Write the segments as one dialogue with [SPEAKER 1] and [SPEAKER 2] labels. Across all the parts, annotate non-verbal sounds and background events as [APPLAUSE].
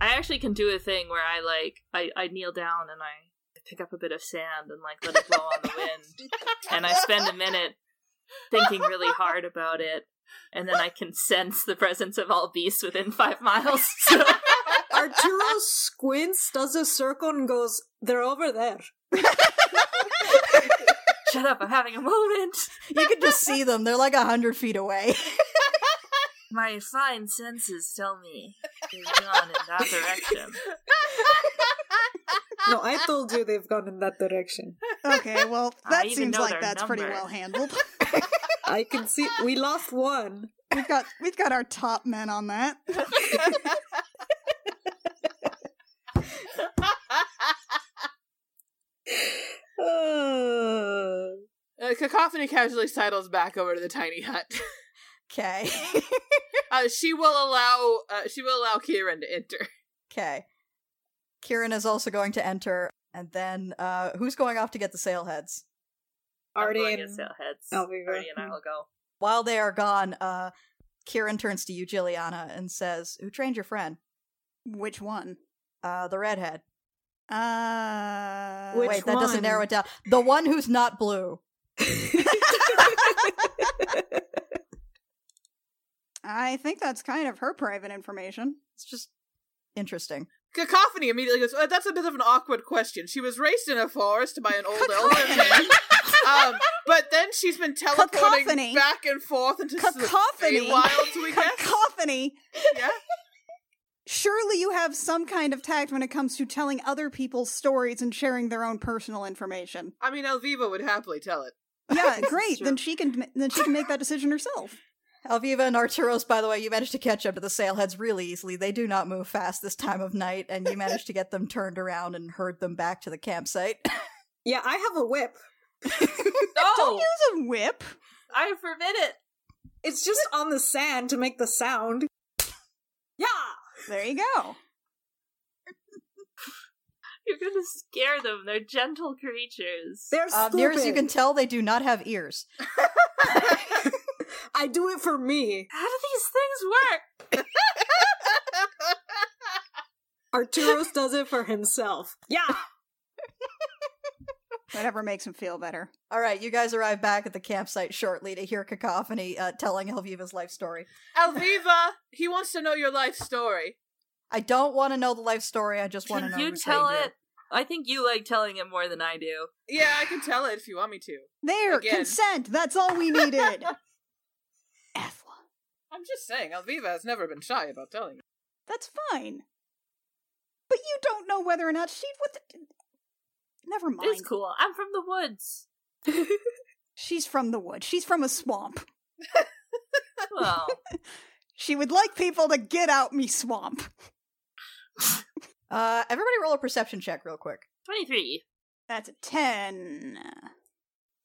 [SPEAKER 1] actually can do a thing where I like I, I kneel down and I pick up a bit of sand and like let it blow on the wind, and I spend a minute thinking really hard about it, and then I can sense the presence of all beasts within five miles. [LAUGHS] So
[SPEAKER 2] Arturo squints, does a circle, and goes, They're over there.
[SPEAKER 1] shut up! I'm having a moment.
[SPEAKER 3] [LAUGHS] You can just see them. They're like a hundred feet away.
[SPEAKER 1] My fine senses tell me they've gone in that direction.
[SPEAKER 2] No, I told you they've gone in that direction.
[SPEAKER 3] Okay, well
[SPEAKER 1] [LAUGHS] I
[SPEAKER 3] that
[SPEAKER 1] even
[SPEAKER 3] seems
[SPEAKER 1] know
[SPEAKER 3] like
[SPEAKER 1] their
[SPEAKER 3] that's pretty
[SPEAKER 1] number. [LAUGHS]
[SPEAKER 3] well handled.
[SPEAKER 2] I can see we lost
[SPEAKER 3] [SIGHS]
[SPEAKER 2] one.
[SPEAKER 3] We've got we've got our top men on that.
[SPEAKER 2] Uh,
[SPEAKER 4] [LAUGHS] Uh, Cacophony casually sidles back over to the tiny hut.
[SPEAKER 3] Okay.
[SPEAKER 4] [LAUGHS] Uh, she will allow uh, she will allow Kieran to enter.
[SPEAKER 3] Okay. Kieran is also going to enter, and then uh who's going off to get the sail heads?
[SPEAKER 1] I'm
[SPEAKER 2] Artie
[SPEAKER 1] going
[SPEAKER 2] and
[SPEAKER 1] to sail heads.
[SPEAKER 2] um, I'll be
[SPEAKER 1] Artie
[SPEAKER 2] right-
[SPEAKER 1] and I will go.
[SPEAKER 3] While they are gone, uh Kieran turns to you, Juliana, and says, Who trained your friend?
[SPEAKER 5] Which one?
[SPEAKER 3] Uh the redhead.
[SPEAKER 5] Uh,
[SPEAKER 2] Which
[SPEAKER 3] Wait, that doesn't
[SPEAKER 2] one?
[SPEAKER 3] narrow it down. The one who's not blue.
[SPEAKER 5] I think that's kind of her private information.
[SPEAKER 3] It's just interesting.
[SPEAKER 4] Cacophony immediately goes, uh, "That's a bit of an awkward question. She was raised in a forest by an old elder man, um, but then she's been teleporting
[SPEAKER 5] Cacophony.
[SPEAKER 4] back and forth into
[SPEAKER 5] Cacophony.
[SPEAKER 4] wild
[SPEAKER 5] [LAUGHS]
[SPEAKER 4] we guess.
[SPEAKER 5] Cacophony.
[SPEAKER 4] Yeah.
[SPEAKER 5] Surely you have some kind of tact when it comes to telling other people's stories and sharing their own
[SPEAKER 1] [LAUGHS]
[SPEAKER 5] personal information.
[SPEAKER 4] I mean, Elviva would happily tell it.
[SPEAKER 5] Yeah,
[SPEAKER 2] is
[SPEAKER 5] great.
[SPEAKER 2] true.
[SPEAKER 5] Then she can then she can make that
[SPEAKER 1] [LAUGHS]
[SPEAKER 5] decision herself.
[SPEAKER 3] Alviva and Arturos, by the way, you managed to catch up to the sailheads really easily. They do not move fast this time of night, and you managed to get them turned around and herd them back to the campsite.
[SPEAKER 2] [LAUGHS] yeah, I have a whip.
[SPEAKER 1] Oh,
[SPEAKER 5] Don't use a whip.
[SPEAKER 1] I forbid it.
[SPEAKER 2] It's just on the sand to make the sound. Yeah.
[SPEAKER 5] There you go.
[SPEAKER 1] You're gonna scare them. They're gentle creatures.
[SPEAKER 2] They're
[SPEAKER 3] Uh,
[SPEAKER 2] stupid.
[SPEAKER 3] near as you can tell, they do not have ears.
[SPEAKER 2] I do it for me.
[SPEAKER 1] How do these things work?
[SPEAKER 2] Arturos does it for himself. Yeah.
[SPEAKER 5] Whatever makes him feel better.
[SPEAKER 3] All right, you guys arrive back at the campsite shortly to hear Cacophony uh, telling Helviva's life story.
[SPEAKER 4] Elviva, he wants to know your life story.
[SPEAKER 3] I don't want to know the life story, I just want to know
[SPEAKER 1] Can you
[SPEAKER 3] who's
[SPEAKER 1] tell
[SPEAKER 3] danger.
[SPEAKER 1] it? I think you like telling it more than I do.
[SPEAKER 4] Yeah, I can tell it if you want me to.
[SPEAKER 5] There,
[SPEAKER 4] Again.
[SPEAKER 5] consent. That's all we
[SPEAKER 1] [LAUGHS]
[SPEAKER 5] needed. F one.
[SPEAKER 4] I'm just saying, Elviva has never been shy about telling. it.
[SPEAKER 5] That's fine. But you don't know whether or not she would. Never mind.
[SPEAKER 1] It's cool. I'm from the woods.
[SPEAKER 5] She's from the wood. She's from a swamp.
[SPEAKER 1] Well,
[SPEAKER 5] She would like people to get out me swamp.
[SPEAKER 3] Uh, everybody roll a perception check real quick.
[SPEAKER 1] 23.
[SPEAKER 5] That's a 10.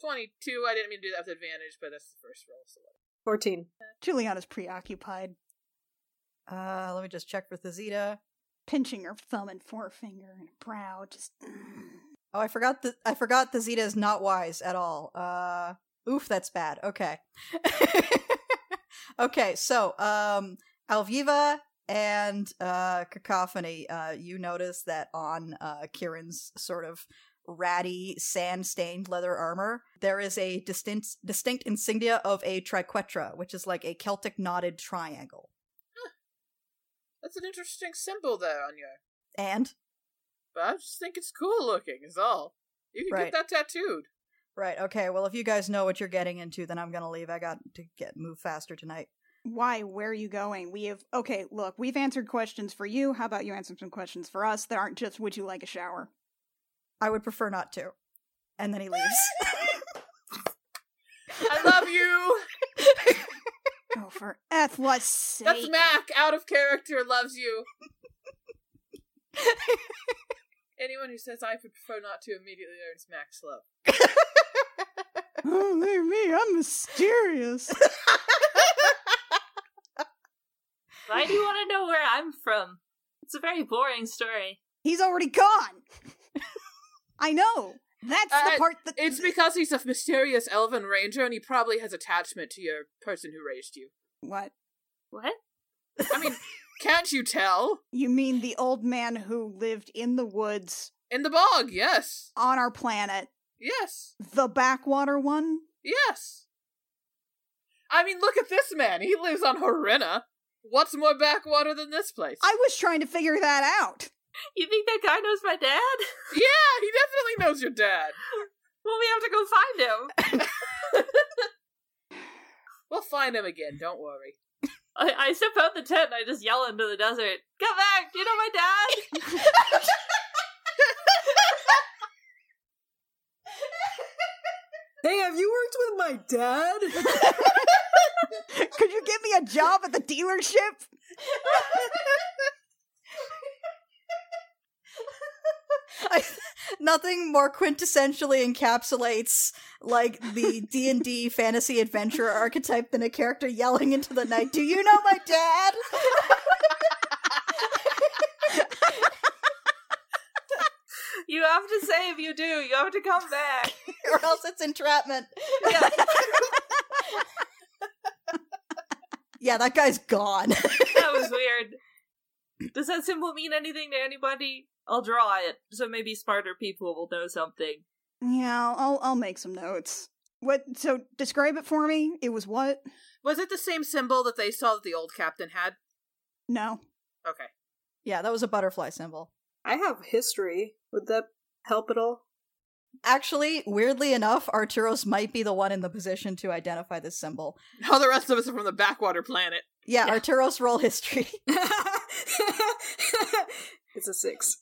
[SPEAKER 4] 22, I didn't mean to do that with advantage, but that's the first roll. So.
[SPEAKER 2] 14.
[SPEAKER 5] Juliana's preoccupied,
[SPEAKER 3] Uh, let me just check for Thazita.
[SPEAKER 5] pinching her thumb and forefinger and brow. Just. "Mm,
[SPEAKER 3] Oh, I forgot the I forgot the Zeta is not wise at all. Uh oof, that's bad. Okay. [LAUGHS] okay, so um Alviva and uh Cacophony, uh you notice that on uh Kieran's sort of ratty sand-stained leather armor, there is a distinct distinct insignia of a triquetra, which is like a Celtic knotted triangle.
[SPEAKER 4] That's an interesting symbol there on your.
[SPEAKER 3] And
[SPEAKER 4] But I just think it's cool looking, is all. You can
[SPEAKER 3] Right.
[SPEAKER 4] get that tattooed.
[SPEAKER 3] right, okay, well if you guys know what you're getting into, then I'm going to leave. I got to get move faster tonight.
[SPEAKER 5] Why? Where are you going? We have. Okay, look, we've answered questions for you. How about you answer some questions for us that aren't just, would you like a shower?
[SPEAKER 3] I would prefer not to. And then he leaves. [LAUGHS]
[SPEAKER 4] I love you!
[SPEAKER 5] oh,
[SPEAKER 1] [LAUGHS]
[SPEAKER 5] for Ethla's sake.
[SPEAKER 4] That's Mac, out of character, loves you. Anyone who says I would prefer not to immediately earns Mac's love.
[SPEAKER 5] Oh, look at me. I'm mysterious.
[SPEAKER 1] Why do you want to know where I'm from? It's a very boring story.
[SPEAKER 5] He's already gone. I know. That's the
[SPEAKER 4] Uh,
[SPEAKER 5] part that.
[SPEAKER 4] It's because he's a mysterious elven ranger and he probably has attachment to your person who raised you.
[SPEAKER 5] What?
[SPEAKER 1] What?
[SPEAKER 4] I mean, Can't you tell?
[SPEAKER 5] You mean the old man who lived in the woods
[SPEAKER 4] In the bog, yes.
[SPEAKER 5] on our planet?
[SPEAKER 4] Yes.
[SPEAKER 5] The backwater one?
[SPEAKER 4] Yes. I mean, look at this man. He lives on Horena. What's more backwater than this place?
[SPEAKER 5] I was trying to figure that out. [LAUGHS]
[SPEAKER 1] You think that guy knows my dad?
[SPEAKER 4] Yeah, he definitely knows your dad.
[SPEAKER 1] Well, we have to go find him. [LAUGHS]
[SPEAKER 4] We'll find him again, don't worry.
[SPEAKER 1] I, I step out the tent and I just yell into the desert, Come back! Do you know my dad?
[SPEAKER 2] Hey, have you worked with my dad? [LAUGHS]
[SPEAKER 5] Could you give me a job at the dealership?
[SPEAKER 3] I, nothing more quintessentially encapsulates like the D and D fantasy adventure archetype than a character yelling into the night, "Do you know my dad?" [LAUGHS]
[SPEAKER 1] You have to say if you do, you have to come back.
[SPEAKER 3] or else it's entrapment.
[SPEAKER 1] Yeah.
[SPEAKER 3] [LAUGHS] Yeah, that guy's gone. [LAUGHS]
[SPEAKER 1] that was weird. Does that symbol mean anything to anybody? I'll draw it, so maybe smarter people will know something.
[SPEAKER 5] Yeah, I'll I'll make some notes. What? So describe it for me. It was what?
[SPEAKER 4] Was it the same symbol that they saw that the old captain had?
[SPEAKER 5] No.
[SPEAKER 4] Okay.
[SPEAKER 3] yeah, that was a butterfly symbol.
[SPEAKER 2] I have history. Would that help at all?
[SPEAKER 3] Actually, weirdly enough, Arturos might be the one in the position to identify this symbol.
[SPEAKER 4] All the rest of us are from the backwater [LAUGHS] planet.
[SPEAKER 3] Yeah, Arturos roll history. [LAUGHS]
[SPEAKER 2] [LAUGHS] it's a
[SPEAKER 1] [LAUGHS]
[SPEAKER 2] six.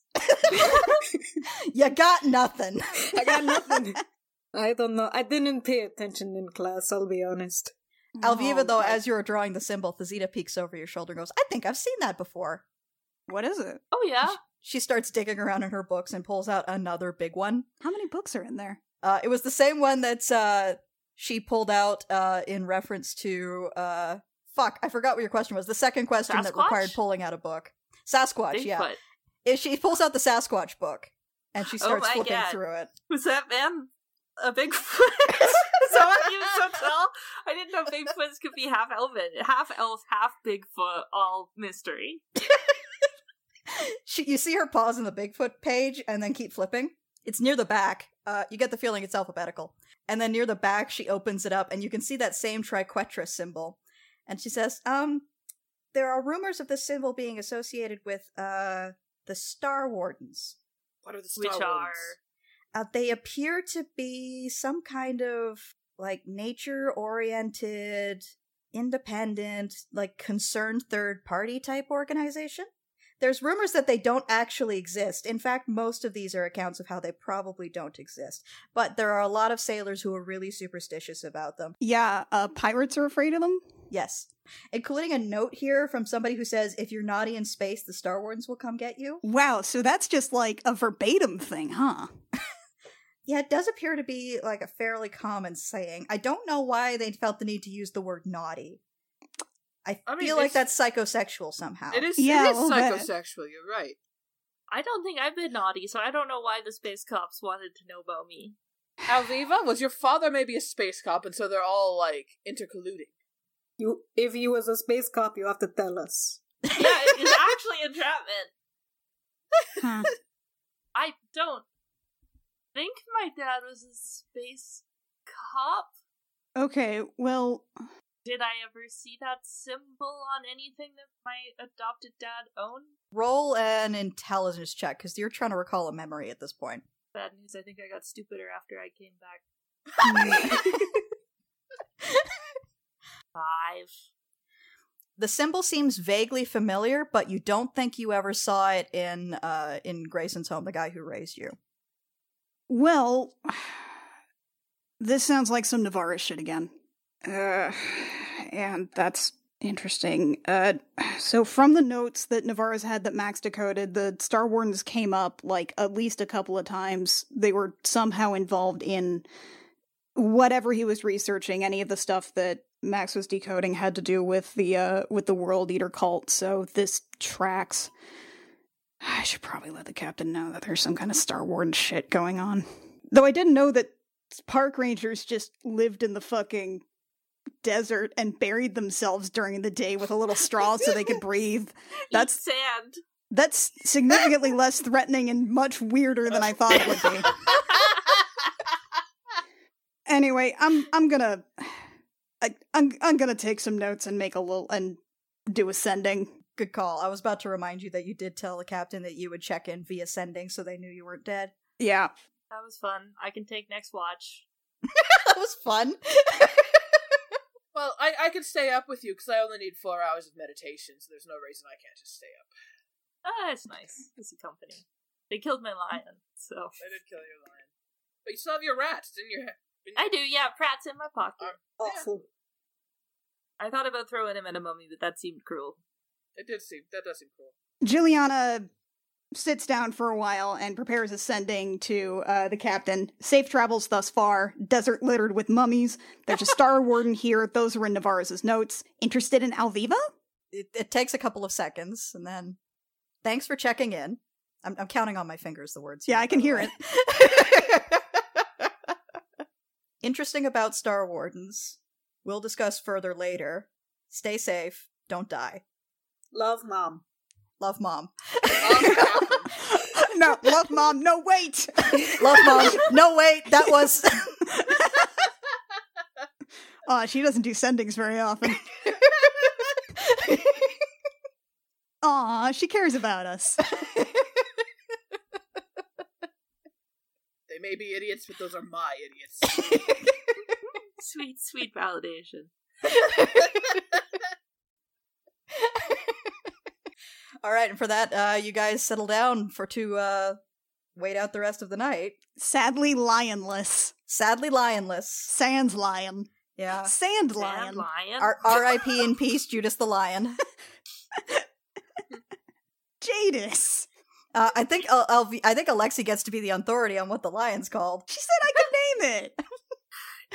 [SPEAKER 3] you got nothing.
[SPEAKER 2] I got nothing. [LAUGHS] I don't know. I didn't pay attention in class, I'll be honest.
[SPEAKER 3] Alviva,
[SPEAKER 5] Oh,
[SPEAKER 3] though,
[SPEAKER 5] God.
[SPEAKER 3] as you were drawing the symbol, Thazita peeks over your shoulder and goes, I think I've seen that before.
[SPEAKER 5] what is it?
[SPEAKER 1] Oh yeah,
[SPEAKER 3] She starts digging around in her books and pulls out another big one.
[SPEAKER 5] How many books are in there?
[SPEAKER 3] Uh, it was the same one that uh, she pulled out uh, in reference to. Uh, fuck, I forgot what your question was. The second question that
[SPEAKER 1] Sasquatch?
[SPEAKER 3] required pulling out a book. Sasquatch, yeah.
[SPEAKER 1] Bigfoot.
[SPEAKER 3] If she pulls out the Sasquatch book and she
[SPEAKER 1] Oh
[SPEAKER 3] starts
[SPEAKER 1] my
[SPEAKER 3] flipping
[SPEAKER 1] God.
[SPEAKER 3] through it.
[SPEAKER 1] Was that man [LAUGHS] a
[SPEAKER 4] [LAUGHS]
[SPEAKER 1] Bigfoot? so he was so tall. I didn't know Bigfoots could be half elven, half elf, half Bigfoot, all mystery.
[SPEAKER 3] She, you see her pause in the Bigfoot page and then keep flipping. It's near the back. Uh, you get the feeling it's alphabetical. And then near the back, she opens it up and you can see that same triquetra symbol. And she says, um, there are rumors of this symbol being associated with uh, the Star Wardens.
[SPEAKER 4] What are the Star
[SPEAKER 1] Which are
[SPEAKER 3] Uh, they appear to be some kind of like nature oriented, independent, like concerned third party type organization. There's rumors that they don't actually exist. In fact, most of these are accounts of how they probably don't exist. But there are a lot of sailors who are really superstitious about them.
[SPEAKER 5] Yeah, uh, pirates are afraid of them.
[SPEAKER 3] Yes. Including a note here from somebody who says if you're naughty in space, the Star Wardens will come get you.
[SPEAKER 5] Wow, so that's just like a verbatim thing, huh?
[SPEAKER 3] Yeah, it does appear to be like a fairly common saying. I don't know why they felt the need to use the word naughty. I,
[SPEAKER 4] I mean,
[SPEAKER 3] feel like
[SPEAKER 4] it's-
[SPEAKER 3] that's psychosexual somehow.
[SPEAKER 4] It is,
[SPEAKER 5] Yeah,
[SPEAKER 4] it
[SPEAKER 5] a
[SPEAKER 4] is
[SPEAKER 5] little bit.
[SPEAKER 4] psychosexual, you're right.
[SPEAKER 1] I don't think I've been naughty, so I don't know why the space cops wanted to know about [LAUGHS] me.
[SPEAKER 4] Alviva, was your father maybe a space cop and so they're all like intercolluding?
[SPEAKER 2] You, if you was a space cop, you have to tell us.
[SPEAKER 1] Yeah, it is actually entrapment.
[SPEAKER 5] Huh.
[SPEAKER 1] [LAUGHS] I don't think my dad was a space cop.
[SPEAKER 5] Okay, well,
[SPEAKER 1] Did I ever see that symbol on anything that my adopted dad owned?
[SPEAKER 3] Roll an intelligence check because you're trying to recall a memory at this point.
[SPEAKER 1] Bad news, I think I got stupider after I came back. Five.
[SPEAKER 3] The symbol seems vaguely familiar, but you don't think you ever saw it in uh, in Grayson's home, the guy who raised you.
[SPEAKER 5] well, [SIGHS] this sounds like some Navarra shit again. Uh, and that's interesting. Uh, so from the notes that Navarra's had that Max decoded, the Star Wardens came up like at least a couple of times. They were somehow involved in whatever he was researching. Any of the stuff that Max was decoding had to do with the uh, with the World Eater cult. So this tracks. I should probably let the captain know that there's some kind of Star Warden shit going on. Though I didn't know that park rangers just lived in the fucking desert and buried themselves during the day with a little straw so they could breathe.
[SPEAKER 1] That's
[SPEAKER 5] That's
[SPEAKER 1] sand.
[SPEAKER 5] that's significantly less threatening and much weirder than I thought it would be. Anyway, I'm I'm gonna I, I'm I'm gonna take some notes and make a little and do a sending.
[SPEAKER 3] Good call. I was about to remind you that you did tell the captain that you would check in via sending so they knew you weren't dead. [LAUGHS]
[SPEAKER 5] Yeah,
[SPEAKER 1] That was fun. I can take next watch.
[SPEAKER 3] that was fun.
[SPEAKER 4] Well, I, I can stay up with you because I only need four hours of meditation, so there's no reason I can't just stay up.
[SPEAKER 1] Ah, it's nice. It's a company. They killed my lion, so
[SPEAKER 4] I did kill your lion, but you still have your rats, didn't you?
[SPEAKER 1] I do. Yeah, Pratt's in my pocket.
[SPEAKER 2] Awful.
[SPEAKER 1] I thought about throwing him at a mummy, but that seemed cruel.
[SPEAKER 4] It did seem that does seem [LAUGHS] cool.
[SPEAKER 5] Juliana sits down for a while and prepares a sending to uh, the captain. Safe travels thus far. Desert littered with mummies. There's a star warden here. Those were in Navarez's notes. Interested in Alviva?
[SPEAKER 3] It, it takes a couple of seconds, and then thanks for checking in. I'm, I'm counting on my fingers the words.
[SPEAKER 5] Yeah, I can hear it.
[SPEAKER 3] it. [LAUGHS] Interesting about Star Wardens. We'll discuss further later. Stay safe. Don't die.
[SPEAKER 4] Love, mom.
[SPEAKER 3] Love mom.
[SPEAKER 5] no, love mom. No, wait.
[SPEAKER 3] Love
[SPEAKER 5] [LAUGHS]
[SPEAKER 3] mom. No, wait. That was. [LAUGHS]
[SPEAKER 5] Uh, she doesn't do sendings very often. Aw, she cares about us.
[SPEAKER 4] They may be idiots, but those are my idiots.
[SPEAKER 1] Sweet, sweet validation.
[SPEAKER 3] All right, and for that, uh, you guys settle down for to uh, wait out the rest of the night.
[SPEAKER 5] Sadly, lionless.
[SPEAKER 3] Sadly, lionless.
[SPEAKER 5] Sans lion.
[SPEAKER 3] Yeah.
[SPEAKER 5] Sand
[SPEAKER 1] Lion,
[SPEAKER 5] lion.
[SPEAKER 1] lion.
[SPEAKER 3] R- R.I.P. in peace, Judas the lion.
[SPEAKER 5] Jadis.
[SPEAKER 3] Uh, I think Al- Alvi- I think Alexi gets to be the authority on what the lion's called. [LAUGHS]
[SPEAKER 5] She said I could name it.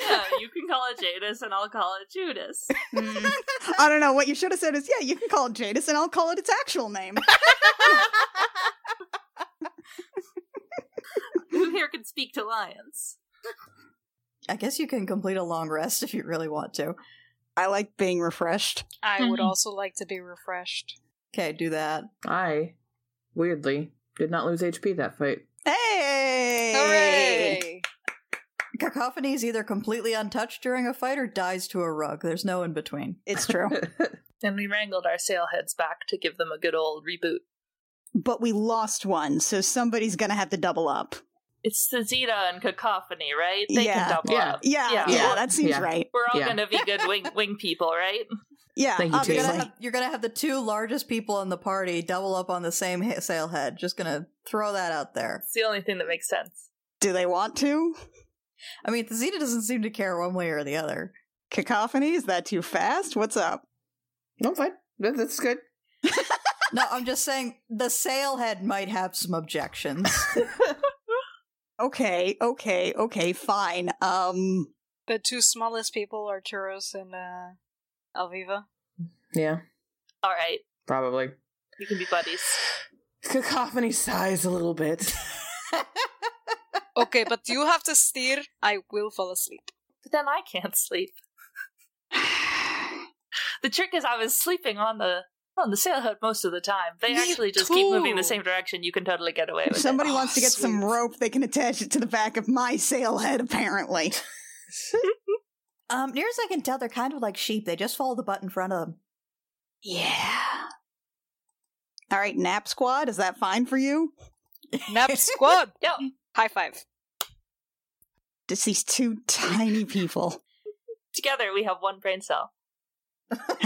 [SPEAKER 1] yeah, you can call it Jadis, and I'll call it Judas.
[SPEAKER 5] Mm. I don't know. What you should have said is, yeah, you can call it Jadis, and I'll call it its actual name.
[SPEAKER 1] Who here can speak to lions?
[SPEAKER 3] I guess you can complete a long rest [LAUGHS] if you really want to.
[SPEAKER 5] I like being refreshed.
[SPEAKER 6] I would
[SPEAKER 1] Mhm.
[SPEAKER 6] also like to be refreshed.
[SPEAKER 3] Okay, do that.
[SPEAKER 7] I, weirdly, did not lose HP that fight. [LAUGHS]
[SPEAKER 5] Hey!
[SPEAKER 6] Hooray!
[SPEAKER 3] Cacophony is either completely untouched during a fight or dies to a rug. There's no in between.
[SPEAKER 5] It's true.
[SPEAKER 1] And we wrangled our sail heads back to give them a good old reboot.
[SPEAKER 5] but we lost one, so somebody's gonna have to double up.
[SPEAKER 1] It's the Zeta and Cacophony, right? They
[SPEAKER 5] Yeah.
[SPEAKER 1] can double
[SPEAKER 7] Yeah.
[SPEAKER 1] up.
[SPEAKER 5] Yeah, yeah,
[SPEAKER 1] Yeah.
[SPEAKER 5] that seems
[SPEAKER 7] Yeah.
[SPEAKER 5] right.
[SPEAKER 1] We're all
[SPEAKER 7] Yeah.
[SPEAKER 1] gonna be good wing wing people, right?
[SPEAKER 5] Yeah,
[SPEAKER 7] Thank you, Jay.
[SPEAKER 3] You're gonna,
[SPEAKER 5] obviously.
[SPEAKER 3] have, you're gonna have the two largest people in the party double up on the same ha- sailhead. Just gonna throw that out there.
[SPEAKER 1] It's the only thing that makes sense.
[SPEAKER 5] Do they want to?
[SPEAKER 3] I mean, Thazita doesn't seem to care one way or the other.
[SPEAKER 5] Cacophony? Is that too fast? What's up?
[SPEAKER 7] no, I'm fine. That- that's good.
[SPEAKER 3] No, I'm just saying the sailhead might have some objections.
[SPEAKER 5] Okay, okay, okay, fine. Um,
[SPEAKER 6] The two smallest people are Churros and uh, Alviva.
[SPEAKER 7] Yeah,
[SPEAKER 1] All right,
[SPEAKER 7] probably.
[SPEAKER 1] we can be buddies.
[SPEAKER 7] Cacophony sighs a little bit. [LAUGHS]
[SPEAKER 6] Okay, but you have to steer. I will fall asleep.
[SPEAKER 1] But then I can't sleep. [SIGHS] The trick is, I was sleeping on the on the sailhead most of the time. They
[SPEAKER 6] Me
[SPEAKER 1] actually just keep moving the
[SPEAKER 6] too.
[SPEAKER 1] same direction. You can totally get away
[SPEAKER 5] if
[SPEAKER 1] with
[SPEAKER 5] somebody
[SPEAKER 6] Oh,
[SPEAKER 5] wants to get some
[SPEAKER 6] sweet.
[SPEAKER 5] rope, they can attach it to the back of my sailhead, apparently.
[SPEAKER 3] um, near as I can tell, they're kind of like sheep. They just follow the butt in front of them.
[SPEAKER 5] Yeah. All right, Nap Squad, is that fine for you?
[SPEAKER 6] Nap squad!
[SPEAKER 1] [LAUGHS] Yep.
[SPEAKER 6] High five.
[SPEAKER 5] Just these two tiny [LAUGHS] people. [SIGHS]
[SPEAKER 1] it. Together, we have one brain cell. [LAUGHS]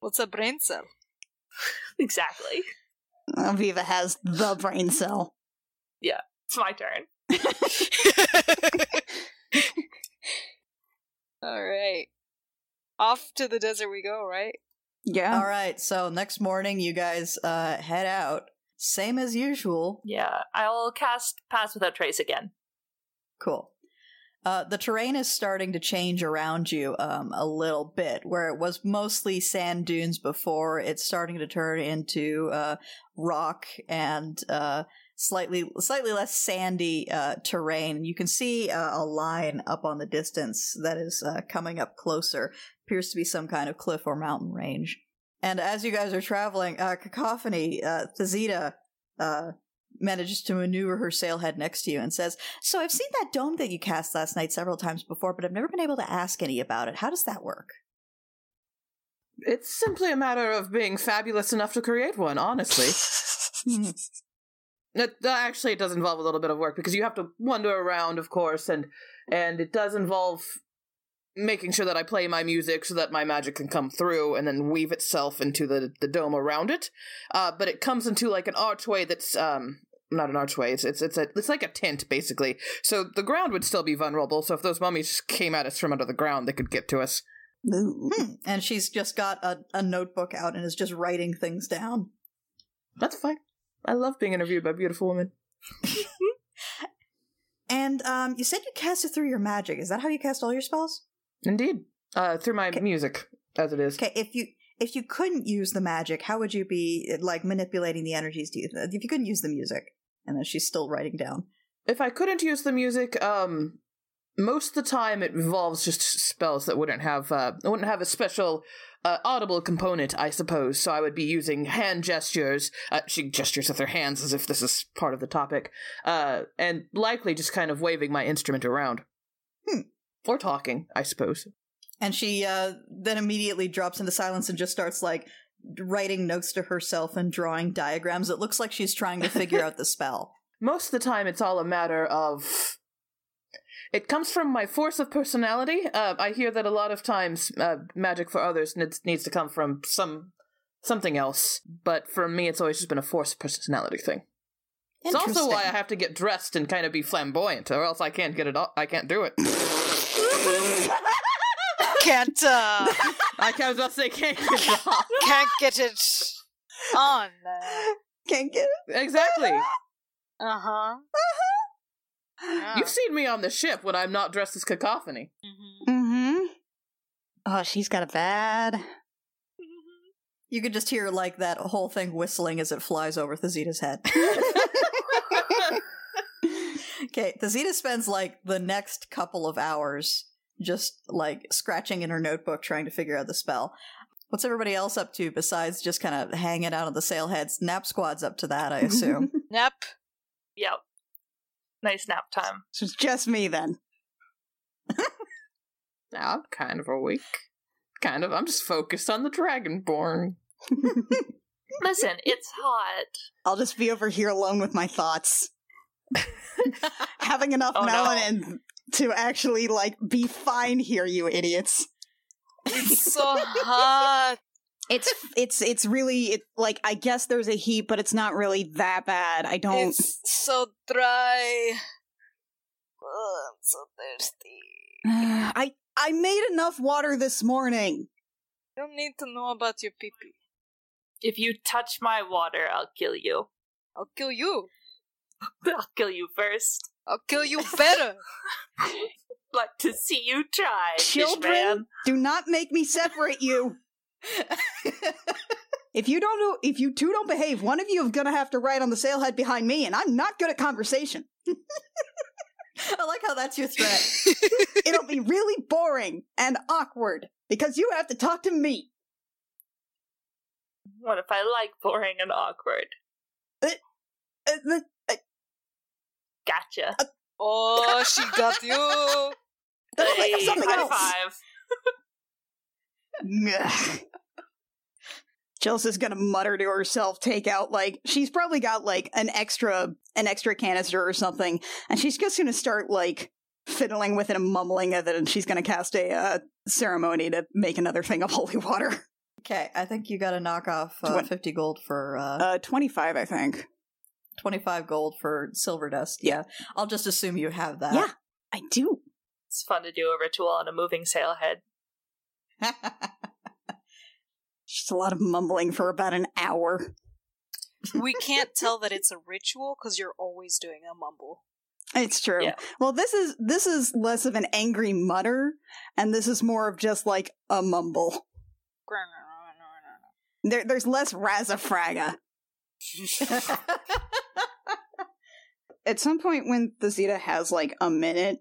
[SPEAKER 6] What's a brain cell?
[SPEAKER 1] Exactly.
[SPEAKER 5] Aviva has the brain cell.
[SPEAKER 1] It's my turn.
[SPEAKER 6] [LAUGHS] All right. Off to the desert we go, right?
[SPEAKER 5] Yeah.
[SPEAKER 3] All right, so next morning you guys uh, head out. Same as usual.
[SPEAKER 1] Yeah, I'll cast Pass Without Trace again.
[SPEAKER 3] Cool. Uh, the terrain is starting to change around you um, a little bit. Where it was mostly sand dunes before, it's starting to turn into uh, rock and uh, slightly slightly less sandy uh, terrain. You can see uh, a line up on the distance that is uh, coming up closer. Appears to be some kind of cliff or mountain range. And as you guys are traveling, uh, cacophony uh, Thazita uh, manages to maneuver her sailhead next to you and says, "So I've seen that dome that you cast last night several times before, but I've never been able to ask any about it. How does that work?"
[SPEAKER 4] It's simply a matter of being fabulous enough to create one, honestly. That, that actually it does involve a little bit of work because you have to wander around, of course, and and it does involve making sure that I play my music so that my magic can come through and then weave itself into the the dome around it. Uh, but it comes into like an archway that's um not an archway. It's it's it's a it's like a tent basically. So the ground would still be vulnerable. So if those mummies came at us from under the ground, they could get to us.
[SPEAKER 5] Ooh.
[SPEAKER 3] Hmm. And she's just got a, a notebook out and is just writing things down.
[SPEAKER 4] That's fine. I love being interviewed by beautiful women.
[SPEAKER 3] And um, you said you cast it through your magic. Is that how you cast all your spells?
[SPEAKER 4] Indeed, uh, through my music as it is.
[SPEAKER 3] Okay, if you if you couldn't use the magic, how would you be like manipulating the energies? Do you, if you couldn't use the music, and then she's still writing down.
[SPEAKER 4] if I couldn't use the music, um, most of the time it involves just spells that wouldn't have uh, wouldn't have a special uh, audible component, I suppose. So I would be using hand gestures. Uh, she gestures with her hands as if this is part of the topic, uh, and likely just kind of waving my instrument around,
[SPEAKER 3] Hmm.
[SPEAKER 4] or talking, I suppose.
[SPEAKER 3] And she uh, then immediately drops into silence and just starts like writing notes to herself and drawing diagrams. It looks like she's trying to figure out the spell.
[SPEAKER 4] most of the time it's all a matter of it comes from my force of personality uh, i hear that a lot of times uh, magic for others needs, needs to come from some something else but for me it's always just been a force of personality thing it's also why i have to get dressed and kind of be flamboyant or else i can't get it all, i can't do it [LAUGHS]
[SPEAKER 5] [LAUGHS]
[SPEAKER 6] Can't [LAUGHS] uh,
[SPEAKER 4] i can't just say can't get it off
[SPEAKER 6] can't get it on.
[SPEAKER 3] Can't get it.
[SPEAKER 4] exactly
[SPEAKER 6] Uh huh. Yeah.
[SPEAKER 4] you've seen me on the ship when i'm not dressed as cacophony
[SPEAKER 6] Mhm.
[SPEAKER 5] Mm-hmm. Oh, she's got a bad.
[SPEAKER 3] You could just hear like that whole thing whistling as it flies over Thazita's head. Okay, Thazita spends like the next couple of hours just like scratching in her notebook trying to figure out the spell. What's everybody else up to besides just kind of hanging out on the sailheads? Nap Squad's up to that, I assume.
[SPEAKER 6] Nap.
[SPEAKER 1] Yep. Nice nap
[SPEAKER 5] [LAUGHS]
[SPEAKER 1] time.
[SPEAKER 5] So it's just me then.
[SPEAKER 4] i'm kind of awake kind of i'm just focused on the dragonborn [LAUGHS]
[SPEAKER 1] Listen, it's hot.
[SPEAKER 5] I'll just be over here alone with my [LAUGHS] thoughts. Having enough
[SPEAKER 1] Oh, no.
[SPEAKER 5] melanin to actually like be fine here, you idiots.
[SPEAKER 6] It's [LAUGHS] so hot.
[SPEAKER 5] It's it's it's really it, like I guess there's a heat, but it's not really that bad. I don't.
[SPEAKER 6] It's so dry. Ugh, I'm so thirsty.
[SPEAKER 5] [SIGHS] I I made enough water this morning.
[SPEAKER 6] You don't need to know about your pee pee.
[SPEAKER 1] If you touch my water, I'll kill you. [LAUGHS]
[SPEAKER 6] I'll kill you.
[SPEAKER 1] I'll kill you first. [LAUGHS]
[SPEAKER 6] I'll kill you [LAUGHS] better.
[SPEAKER 1] Like to see you try,
[SPEAKER 5] Children,
[SPEAKER 1] Fishman.
[SPEAKER 5] do not make me
[SPEAKER 3] [LAUGHS]
[SPEAKER 5] separate you. If you don't, do- if you two don't behave, one of you is gonna have to ride on the sailhead behind me, and I'm not good at conversation.
[SPEAKER 3] [LAUGHS] I like how that's your threat.
[SPEAKER 5] It'll be really boring and awkward because you have to talk to me.
[SPEAKER 1] What if I like boring and awkward?
[SPEAKER 5] Uh, th-
[SPEAKER 1] Gotcha.
[SPEAKER 6] oh, she got you.
[SPEAKER 5] that'll think of
[SPEAKER 1] Hey,
[SPEAKER 5] something
[SPEAKER 1] high
[SPEAKER 5] else.
[SPEAKER 1] five.
[SPEAKER 5] Ugh. [LAUGHS] Jill's just gonna mutter to herself, take out like she's probably got like an extra an extra canister or something, and she's just gonna start like fiddling with it and mumbling at it, and she's gonna cast a uh, ceremony to make another thing of holy water.
[SPEAKER 3] okay, I think you got to knock off uh,
[SPEAKER 5] Twen-
[SPEAKER 3] 50 gold for uh,
[SPEAKER 5] [LAUGHS] Uh, twenty five, I think.
[SPEAKER 3] 25 gold for silver dust. Yeah. I'll just assume you have that.
[SPEAKER 5] Yeah. I do.
[SPEAKER 1] It's fun to do a ritual on a moving sailhead.
[SPEAKER 5] Just a lot of mumbling for about an hour.
[SPEAKER 6] We can't tell that it's a ritual because you're always doing a mumble.
[SPEAKER 5] It's true.
[SPEAKER 1] Yeah.
[SPEAKER 5] Well, this is this is less of an angry mutter, and this is more of just like a mumble. There, there's less razzafraga. [LAUGHS] at some point when the Zeta has like a minute,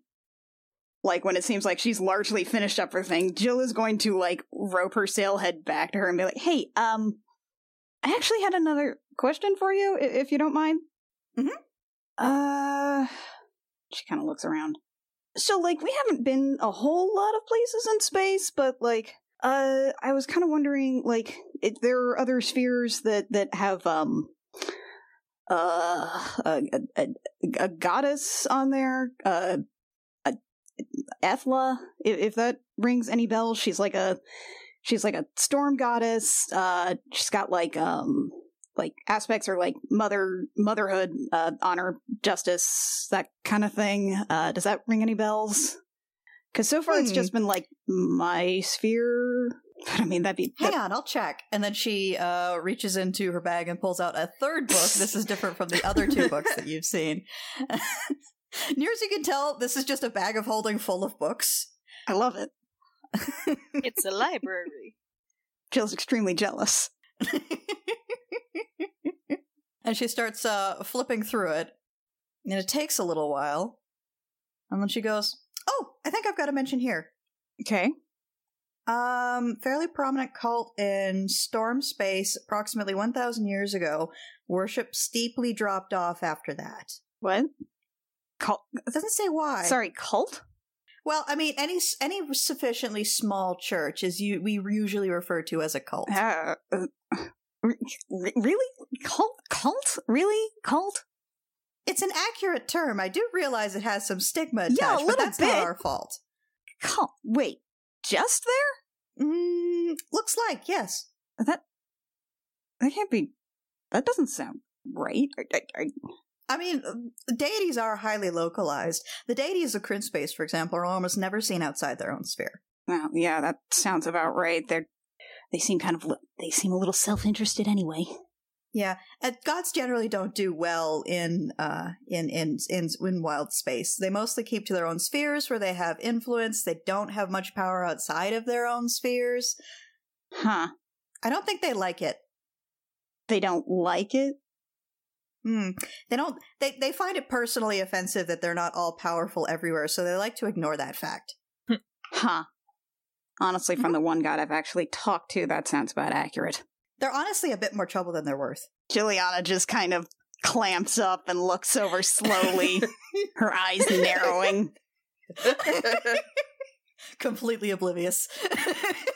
[SPEAKER 5] like when it seems like she's largely finished up her thing, Jill is going to like rope her sailhead back to her and be like, "Hey, um, I actually had another question for you, i- if you don't mind."
[SPEAKER 3] Mhm.
[SPEAKER 5] Uh, she kind of looks around. So, like, we haven't been a whole lot of places in space, but like, uh, I was kind of wondering, like, if there are other spheres that that have um uh, a, a, a goddess on there, uh, a, Ethla, if, if that rings any bells. She's like a she's like a storm goddess. Uh, she's got like um like aspects are like mother motherhood, uh, honor, justice, that kind of thing. Uh, does that ring any bells? Because so far it's
[SPEAKER 3] Hmm.
[SPEAKER 5] just been like my sphere. But I mean that'd be
[SPEAKER 3] Hang on, I'll check. And then she uh, reaches into her bag and pulls out a third book. This is different from the other two books that you've seen. [LAUGHS] Near as you can tell, this is just a bag of holding full of books. [LAUGHS]
[SPEAKER 5] I love it.
[SPEAKER 6] It's a library.
[SPEAKER 5] Jill's extremely jealous.
[SPEAKER 3] and she starts uh, flipping through it. And it takes a little while. And then she goes, Oh, I think I've got to mention here.
[SPEAKER 5] Okay.
[SPEAKER 3] Um, fairly prominent cult in storm space approximately 1,000 years ago. Worship steeply dropped off after that.
[SPEAKER 5] What? Cult.
[SPEAKER 3] It doesn't say why.
[SPEAKER 5] Sorry, cult?
[SPEAKER 3] Well, I mean, any any sufficiently small church is you we usually refer to as a cult.
[SPEAKER 5] Uh, uh, re- re- really? Cult? Cult? Really? Cult?
[SPEAKER 3] It's an accurate term. I do realize it has some stigma attached,
[SPEAKER 5] Yeah, a
[SPEAKER 3] but
[SPEAKER 5] little
[SPEAKER 3] that's
[SPEAKER 5] bit.
[SPEAKER 3] not our fault.
[SPEAKER 5] Cult? Wait, just there?
[SPEAKER 3] Mm, looks like yes.
[SPEAKER 5] That that can't be. That doesn't sound right. I, I, I-
[SPEAKER 3] I mean, uh, deities are highly localized. The deities of Crin Space, for example, are almost never seen outside their own sphere.
[SPEAKER 5] well, yeah, that sounds about right. They are they seem kind of li- they seem a little self interested anyway.
[SPEAKER 3] Yeah, and Uh, gods generally don't do well in uh in in in in wild space. They mostly keep to their own spheres where they have influence. They don't have much power outside of their own spheres.
[SPEAKER 5] Huh?
[SPEAKER 3] I don't think they like it.
[SPEAKER 5] They don't like it.
[SPEAKER 3] Mm. They don't. They they find it personally offensive that they're not all powerful everywhere, so they like to ignore that fact.
[SPEAKER 5] Huh? Honestly, from the one god I've actually talked to, that sounds about accurate.
[SPEAKER 3] They're honestly a bit more trouble than they're worth. [LAUGHS]
[SPEAKER 5] Juliana just kind of clamps up and looks over slowly, her eyes narrowing.
[SPEAKER 3] Completely oblivious.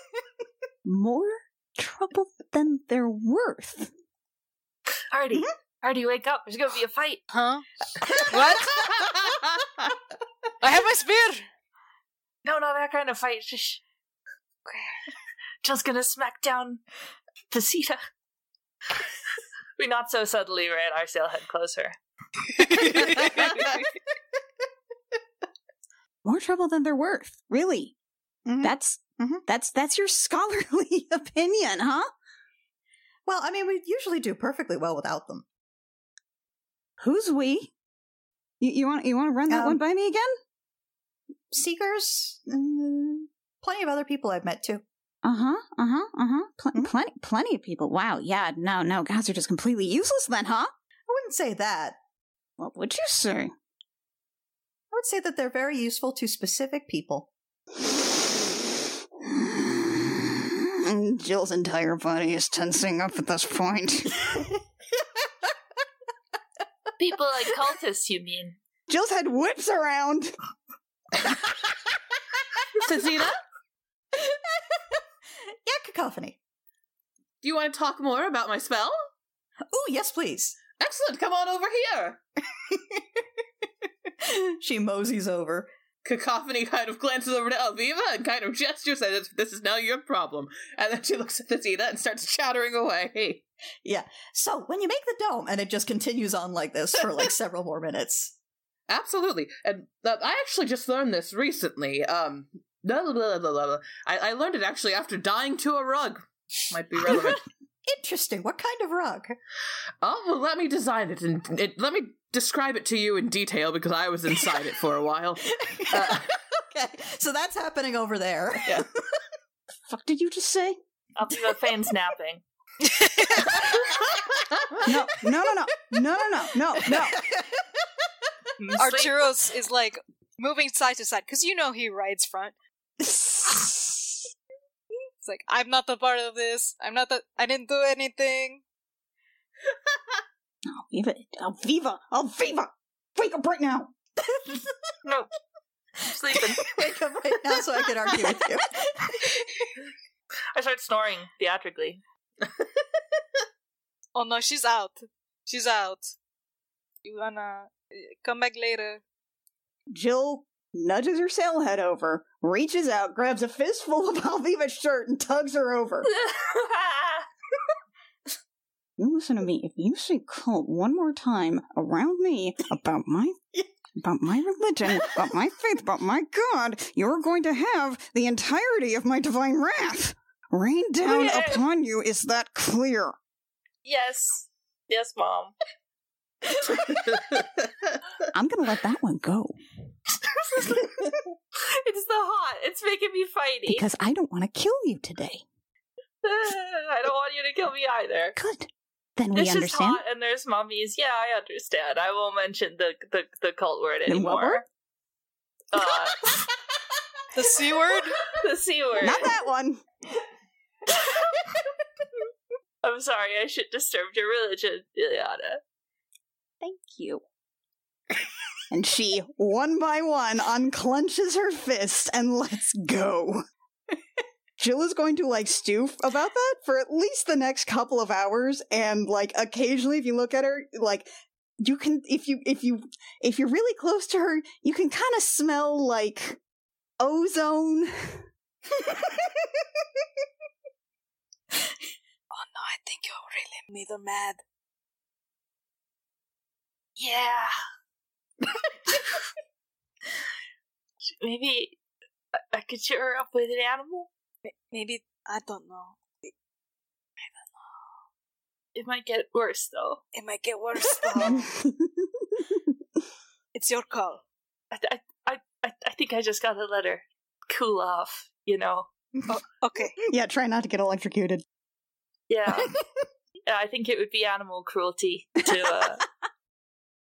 [SPEAKER 3] [LAUGHS]
[SPEAKER 5] More trouble than they're worth.
[SPEAKER 1] Artie, Artie, wake up! There's gonna be a fight.
[SPEAKER 6] Huh? [LAUGHS] What? I have my
[SPEAKER 4] [LAUGHS]
[SPEAKER 6] spear!
[SPEAKER 1] No, no, that kind of fight. Just... Jill's gonna smack down Pasita. we not so subtly ran our sailhead closer.
[SPEAKER 5] More trouble than they're worth. Really?
[SPEAKER 3] Mhm.
[SPEAKER 5] That's
[SPEAKER 3] Mhm.
[SPEAKER 5] that's that's your scholarly [LAUGHS] opinion, huh?
[SPEAKER 3] well, I mean, we usually do perfectly well without them.
[SPEAKER 5] Who's we? You, you want you want to run that
[SPEAKER 3] Um,
[SPEAKER 5] one by me again?
[SPEAKER 3] Seekers, mm, plenty of other people I've met too.
[SPEAKER 5] Uh huh. Uh huh. Uh huh. Pl-
[SPEAKER 3] Mhm.
[SPEAKER 5] Plenty plenty of people. Wow. Yeah. No. No. Gods are just completely useless then, huh?
[SPEAKER 3] I wouldn't say that.
[SPEAKER 5] What would you say?
[SPEAKER 3] I would say that they're very useful to specific people.
[SPEAKER 5] Jill's entire body is tensing up at this point. [LAUGHS]
[SPEAKER 1] People like cultists, you mean?
[SPEAKER 5] Jill's head whips around.
[SPEAKER 4] Sazina,
[SPEAKER 3] yeah, cacophony.
[SPEAKER 4] do you want to talk more about my spell?
[SPEAKER 3] Oh, yes, please.
[SPEAKER 4] Excellent, come on over here.
[SPEAKER 3] she moseys over.
[SPEAKER 4] Cacophony kind of glances over to Elviva and kind of gestures as if this is now your problem. And then she looks at Sazina and starts chattering away.
[SPEAKER 3] So when you make the dome, and it just continues on like this for like several more minutes.
[SPEAKER 4] Absolutely. And uh, I actually just learned this recently. Um, blah, blah, blah, blah, blah, blah. I, I learned it actually after dying to a rug.
[SPEAKER 6] [LAUGHS]
[SPEAKER 4] Might be relevant.
[SPEAKER 3] Interesting. What kind of rug?
[SPEAKER 4] oh, well, let me design it and it, let me describe it to you in detail because I was inside it for a while. Uh,
[SPEAKER 3] [LAUGHS] okay, so that's happening over there. [LAUGHS]
[SPEAKER 5] Fuck did you just say?
[SPEAKER 1] I'll do a feign snapping. [LAUGHS]
[SPEAKER 5] [LAUGHS] No, no, no, no, no, no, no, no, no.
[SPEAKER 6] Arturos is like moving side to side because you know he rides front. it's like I'm not the part of this. I'm not the. I didn't do anything.
[SPEAKER 5] Alviva, Alviva, Alviva, wake up right now.
[SPEAKER 1] no. I'm sleeping.
[SPEAKER 3] Wake up right now so I can argue with you.
[SPEAKER 1] I start snoring theatrically.
[SPEAKER 6] Oh no, she's out. She's out. You wanna uh, come back later?
[SPEAKER 5] Jill nudges her sailhead over, reaches out, grabs a fistful of [LAUGHS] Alviva's shirt, and tugs her over. You listen to me. If you say cult one more time around me about my about my religion, about my faith, about my God, you're going to have the entirety of my divine wrath rain down
[SPEAKER 1] Yeah.
[SPEAKER 5] upon you. Is that clear?
[SPEAKER 1] [LAUGHS] yes. Yes, mom.
[SPEAKER 5] I'm gonna let that one go
[SPEAKER 1] it's the hot. It's making me fighty.
[SPEAKER 5] because I don't want to kill you today.
[SPEAKER 1] [LAUGHS] I don't want you to kill me either.
[SPEAKER 5] Good. Then we
[SPEAKER 1] It's just
[SPEAKER 5] understand.
[SPEAKER 1] hot and there's mummies. Yeah, I understand. I won't mention the the, the cult word
[SPEAKER 5] Then what word?
[SPEAKER 1] anymore. Uh,
[SPEAKER 6] The c [LAUGHS] word.
[SPEAKER 1] the c word.
[SPEAKER 5] Not that one.
[SPEAKER 1] [LAUGHS] I'm sorry. I should disturb your religion, Ileana.
[SPEAKER 5] Thank you. and she, one by one, unclenches her fist and lets [LAUGHS] go. Jill is going to like stoof about that for at least the next couple of hours, and like occasionally, if you look at her, like you can, if you if you if you're really close to her, you can kind of smell like ozone.
[SPEAKER 6] Oh no, I think you really made her mad.
[SPEAKER 1] Yeah. [LAUGHS] Maybe I- I could cheer her up with an animal.
[SPEAKER 6] M- Maybe I don't know.
[SPEAKER 1] It might get worse though.
[SPEAKER 6] It might get worse. [LAUGHS] though.
[SPEAKER 5] Um.
[SPEAKER 6] it's your call.
[SPEAKER 1] I, I, I, I I think I just gotta let her cool off. You know.
[SPEAKER 6] Okay.
[SPEAKER 5] [LAUGHS] yeah, try not to get electrocuted.
[SPEAKER 1] Yeah. Yeah, I think it would be animal cruelty to uh,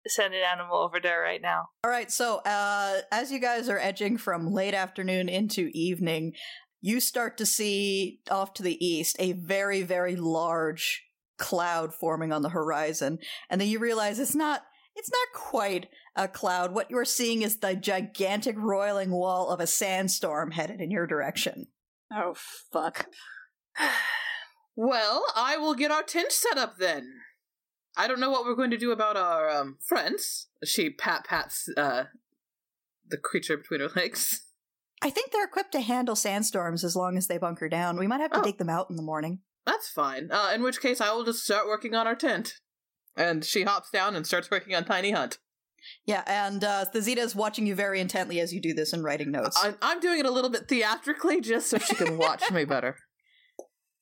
[SPEAKER 1] send an animal over there right now.
[SPEAKER 3] All right, so uh, as you guys are edging from late afternoon into evening, you start to see off to the east a very, very large cloud forming on the horizon, and then you realize it's not it's not quite a cloud. What you're seeing is the gigantic roiling wall of a sandstorm headed in your direction.
[SPEAKER 5] Oh fuck.
[SPEAKER 7] Well, I will get our tent set up then. I don't know what we're going to do about our um, friends. She pat pats uh, the creature between her legs.
[SPEAKER 3] I think they're equipped to handle sandstorms as long as they bunker down. We might have to
[SPEAKER 7] Oh.
[SPEAKER 3] take them out in the morning.
[SPEAKER 7] That's fine. Uh, in which case, I will just start working on our tent. And she hops down and starts working on Tiny Hunt.
[SPEAKER 3] Yeah, and uh, the Zeta is watching you very intently as you do this and writing notes.
[SPEAKER 7] I- I'm doing it a little bit theatrically just so she can watch me better.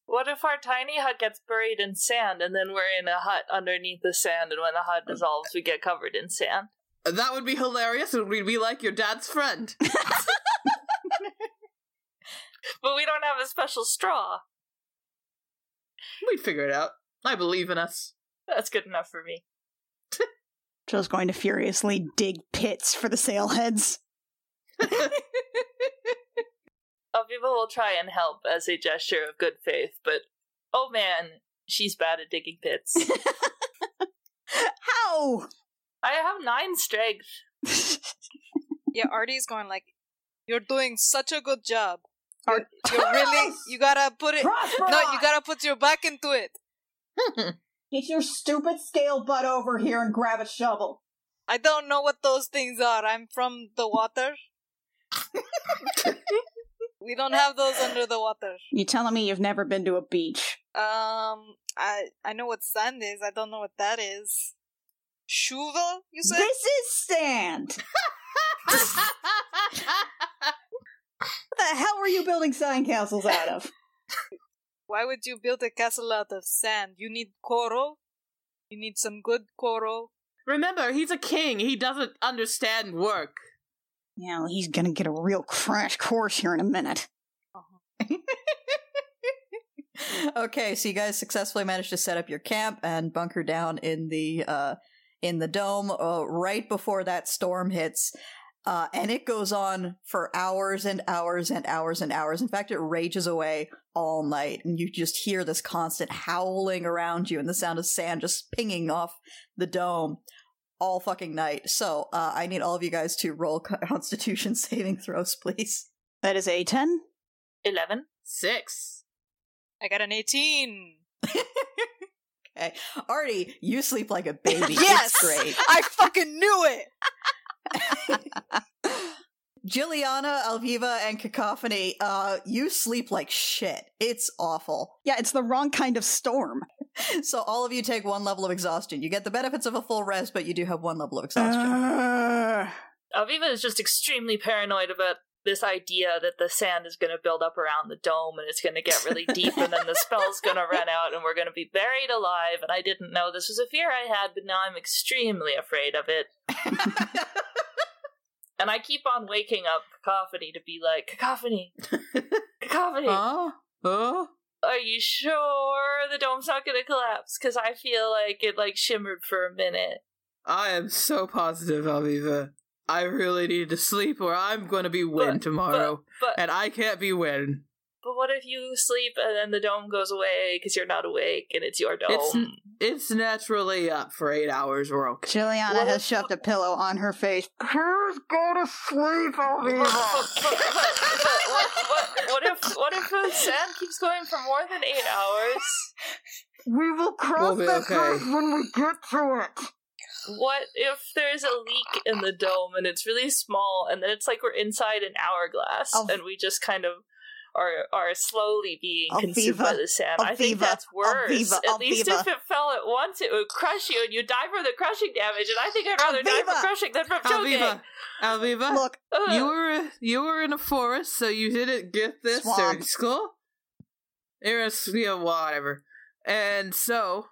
[SPEAKER 1] What if our tiny hut gets buried in sand and then we're in a hut underneath the sand and when the hut dissolves we get covered in sand?
[SPEAKER 7] That would be hilarious. It would be like your dad's friend.
[SPEAKER 1] But we don't have a special straw.
[SPEAKER 7] We'd figure it out. I believe in us.
[SPEAKER 1] That's good enough for me.
[SPEAKER 5] Jill's going to furiously dig pits for the sailheads.
[SPEAKER 1] Aviva will try and help as a gesture of good faith, but oh man, she's bad at digging pits.
[SPEAKER 6] [LAUGHS]
[SPEAKER 5] How?
[SPEAKER 1] I have nine strength.
[SPEAKER 6] Yeah, Artie's going like, "You're doing such a good job. You're, you're really. You gotta put it. No, you gotta put your back into it.
[SPEAKER 5] Get your stupid scale butt over here and grab a shovel.
[SPEAKER 6] I don't know what those things are. I'm from the [LAUGHS] water. we don't have those under the water.
[SPEAKER 5] You telling me you've never been to a beach?
[SPEAKER 6] Um, I I know what sand is. I don't know what that is. Shuva, you said.
[SPEAKER 5] This is sand. [LAUGHS] What the hell were you building sandcastles out of?
[SPEAKER 6] Why would you build a castle out of sand? You need coral. You need some good coral.
[SPEAKER 7] Remember, he's a king. He doesn't understand work.
[SPEAKER 5] Yeah, well, he's gonna get a real crash course here in a minute.
[SPEAKER 3] [LAUGHS] okay, so you guys successfully managed to set up your camp and bunker down in the uh in the dome uh, right before that storm hits. Uh, and it goes on for hours and hours and hours and hours. In fact, it rages away all night, and you just hear this constant howling around you and the sound of sand just pinging off the dome all fucking night. So uh, I need all of you guys to roll [LAUGHS] Constitution saving throws, please.
[SPEAKER 5] That is a 10.
[SPEAKER 1] 11?
[SPEAKER 4] Six.
[SPEAKER 6] I got an 18.
[SPEAKER 3] okay, Artie, you sleep like a baby.
[SPEAKER 6] Yes!
[SPEAKER 3] it's great. [LAUGHS]
[SPEAKER 6] I fucking knew it.
[SPEAKER 3] Juliana, Alviva, and Cacophony, uh, you sleep like shit. It's awful.
[SPEAKER 5] Yeah, it's the wrong kind of storm.
[SPEAKER 3] So all of you take one level of exhaustion. You get the benefits of a full rest, but you do have one level of exhaustion.
[SPEAKER 5] Uh,
[SPEAKER 1] Aviva is just extremely paranoid about this idea that the sand is going to build up around the dome and it's going to get really deep and then the spell's going to run out and we're going to be buried alive. And I didn't know this was a fear I had, but now I'm extremely afraid of it. And I keep on waking up Cacophony to be like, Cacophony, Cacophony,
[SPEAKER 4] Huh? Huh?
[SPEAKER 1] are you sure the dome's not going to collapse? Because I feel like it like shimmered for a minute.
[SPEAKER 4] I am so positive, Aviva. I really need to sleep or I'm gonna be Win
[SPEAKER 1] But-
[SPEAKER 4] tomorrow.
[SPEAKER 1] but-
[SPEAKER 4] and I can't be Win.
[SPEAKER 1] But what if you sleep and then the dome goes away because you're not awake and it's your dome? [LAUGHS]
[SPEAKER 4] It's n- It's naturally up for eight hours. We're okay.
[SPEAKER 5] Juliana has shoved a pillow on her face. Here's go to sleep, Alviva.
[SPEAKER 1] what, what, what if what if the sand keeps going for more than eight hours?
[SPEAKER 5] we will
[SPEAKER 4] We'll be that
[SPEAKER 7] [LAUGHS]
[SPEAKER 4] okay. bridge
[SPEAKER 5] when we get to it.
[SPEAKER 1] What if there's a leak in the dome and it's really small, and then it's like we're inside an hourglass,
[SPEAKER 5] Al-
[SPEAKER 1] and we just kind of are are slowly being consumed
[SPEAKER 5] Alviva.
[SPEAKER 1] by the sand? I think
[SPEAKER 5] Alviva.
[SPEAKER 1] that's worse.
[SPEAKER 5] Alviva.
[SPEAKER 1] At least
[SPEAKER 5] Alviva.
[SPEAKER 1] if it fell at once, it would crush you, and you die from the crushing damage. And I think I'd rather die
[SPEAKER 5] Alviva.
[SPEAKER 1] from crushing than from choking.
[SPEAKER 4] Alviva, Alviva,
[SPEAKER 5] Look,
[SPEAKER 1] Ugh.
[SPEAKER 4] you were you were in a forest, so you didn't get this during
[SPEAKER 5] Swamp.
[SPEAKER 4] school. You're a you know, whatever, and so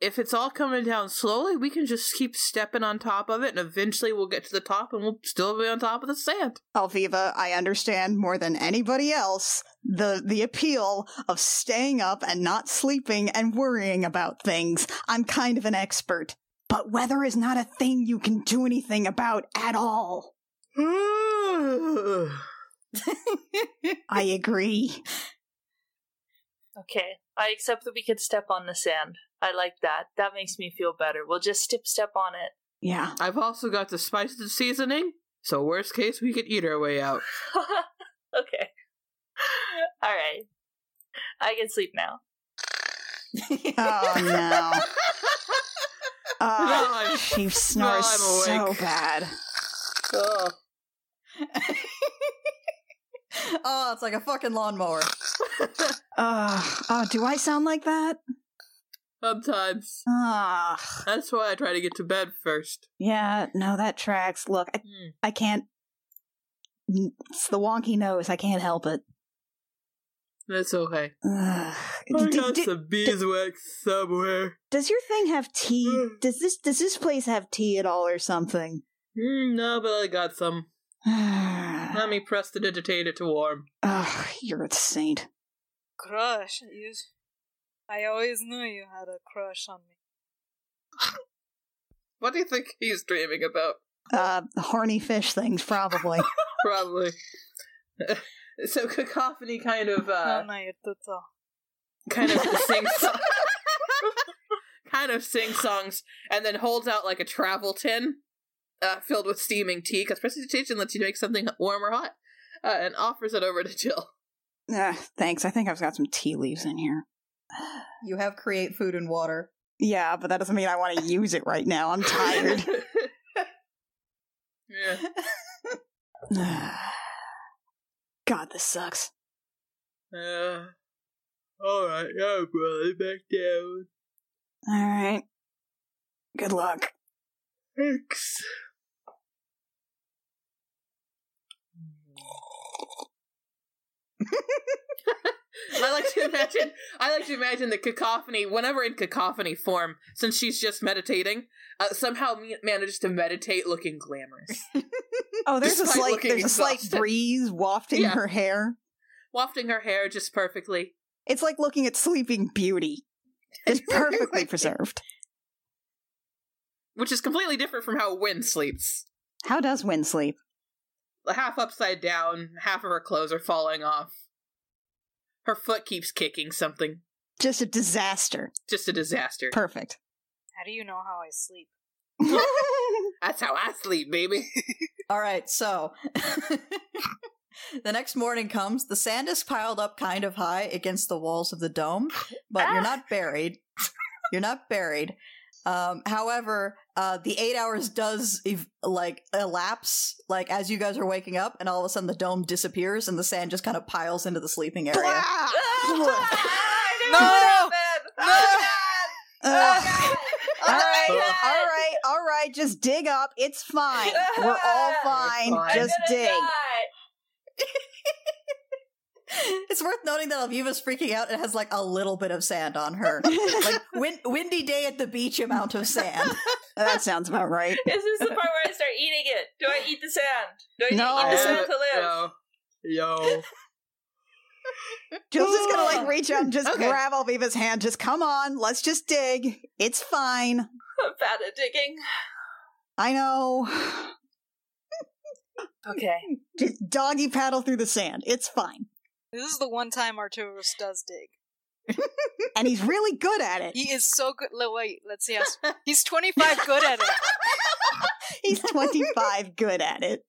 [SPEAKER 4] if it's all coming down slowly, we can just keep stepping on top of it, and eventually we'll get to the top, and we'll still be on top of
[SPEAKER 5] [SIGHS]
[SPEAKER 4] the sand.
[SPEAKER 5] Alviva, I understand more than anybody else the the appeal of staying up and not sleeping and worrying about things. I'm kind of an expert, but weather is not a thing you can do anything about at all. I agree.
[SPEAKER 1] Okay, I accept that we can step on the sand. I like that. That makes me feel better. We'll just step step on it. [LAUGHS]
[SPEAKER 5] Yeah.
[SPEAKER 4] I've also got the spice and seasoning, so worst case we could eat our way out.
[SPEAKER 1] okay. All right. I can sleep now.
[SPEAKER 5] Oh no.
[SPEAKER 4] [LAUGHS] Now
[SPEAKER 5] Oh,
[SPEAKER 4] I'm- [LAUGHS]
[SPEAKER 5] she snores
[SPEAKER 4] I'm
[SPEAKER 5] so
[SPEAKER 4] awake.
[SPEAKER 5] bad.
[SPEAKER 4] oh.
[SPEAKER 3] [LAUGHS] oh, it's like a fucking lawnmower.
[SPEAKER 5] Ugh. oh, do I sound like that?
[SPEAKER 4] Sometimes.
[SPEAKER 5] Ugh.
[SPEAKER 4] That's why I try to get to bed first.
[SPEAKER 5] Yeah, no, that tracks. Look, I,
[SPEAKER 4] Hmm.
[SPEAKER 5] I can't. mm, It's the wonky nose. I can't help it.
[SPEAKER 4] That's okay.
[SPEAKER 5] Ugh.
[SPEAKER 4] I
[SPEAKER 5] D-
[SPEAKER 4] got
[SPEAKER 5] d-
[SPEAKER 4] some beeswax somewhere.
[SPEAKER 5] does your thing have tea?
[SPEAKER 4] Hmm.
[SPEAKER 5] Does this does this place have tea at all or something? [SIGHS]
[SPEAKER 4] Mm, no, but I got some. Let me press the digitate it to warm.
[SPEAKER 5] Ugh, you're a saint.
[SPEAKER 6] Crush. You, I always knew you had a crush on me.
[SPEAKER 4] What do you think he's dreaming about?
[SPEAKER 5] Uh, horny fish things,
[SPEAKER 4] [LAUGHS]
[SPEAKER 5] probably.
[SPEAKER 4] Probably. so cacophony kind of uh
[SPEAKER 6] no, no, you're too tall.
[SPEAKER 5] [LAUGHS]
[SPEAKER 4] kind of sings kind of sings songs and then holds out like a travel tin uh, filled with steaming tea because prestidigitation lets you make something warm or hot uh, and offers it over to Jill.
[SPEAKER 5] Ugh, thanks. I think I've got some tea leaves in here.
[SPEAKER 3] You have create food and water.
[SPEAKER 5] Yeah, but that doesn't mean I want to use it right now. I'm
[SPEAKER 4] [LAUGHS]
[SPEAKER 5] tired. [SIGHS]
[SPEAKER 4] yeah.
[SPEAKER 5] Ugh. God, this sucks.
[SPEAKER 4] Uh, all right, yeah, brother, back down.
[SPEAKER 5] All right. Good luck.
[SPEAKER 4] Thanks. [LAUGHS] I like to imagine. I like to imagine the cacophony. Whenever in cacophony form, since she's just meditating, uh, somehow me- manages to meditate looking glamorous,
[SPEAKER 5] Oh, there's a
[SPEAKER 4] Despite
[SPEAKER 5] slight
[SPEAKER 4] looking
[SPEAKER 5] there's a slight
[SPEAKER 4] exhausted.
[SPEAKER 5] breeze wafting
[SPEAKER 4] Yeah.
[SPEAKER 5] her hair.
[SPEAKER 4] wafting her hair just perfectly.
[SPEAKER 5] It's like looking at Sleeping Beauty. It's perfectly preserved.
[SPEAKER 7] which is completely different from how Wynn sleeps.
[SPEAKER 5] How does Wynn sleep?
[SPEAKER 7] Half upside down, half of her clothes are falling off. Her foot keeps kicking something.
[SPEAKER 5] Just a disaster.
[SPEAKER 7] Just a disaster.
[SPEAKER 5] Perfect. [LAUGHS]
[SPEAKER 6] How do you know how I sleep?
[SPEAKER 7] That's how I sleep, baby.
[SPEAKER 3] All right, so [LAUGHS] the next morning comes. The sand is piled up kind of high against the walls of the dome, but you're not buried. You're not buried. Um, however, uh, the eight hours does ev- like elapse, like as you guys are waking up, and all of a sudden the dome disappears and the sand just kind of piles into the sleeping area. [LAUGHS]
[SPEAKER 1] [LAUGHS] Oh
[SPEAKER 6] [LAUGHS] No! No!
[SPEAKER 5] Ugh. all right, all right, all right. Just dig up. It's fine. We're all fine.
[SPEAKER 7] fine.
[SPEAKER 5] Just dig.
[SPEAKER 3] it's worth noting that Alviva's freaking out and has like a little bit of sand on her. like win- windy day at the beach amount of sand.
[SPEAKER 5] Uh, That sounds about right.
[SPEAKER 1] Is this the part where I start eating it? Do I eat the sand? Do I
[SPEAKER 5] No.
[SPEAKER 1] eat the sand to live?
[SPEAKER 7] Yo. Yo.
[SPEAKER 5] Jill's just gonna like reach out and just
[SPEAKER 7] Okay.
[SPEAKER 5] grab Alviva's hand. Just come on, let's just dig. It's fine.
[SPEAKER 1] I'm bad at digging.
[SPEAKER 5] I know. [SIGHS]
[SPEAKER 1] Okay.
[SPEAKER 5] Just doggy paddle through the sand. It's fine.
[SPEAKER 6] This is the one time Arturus does dig.
[SPEAKER 5] And he's really good at it.
[SPEAKER 6] He is so good. le- Wait, let's see. How... s- He's 25 good at it.
[SPEAKER 5] He's 25 good at it.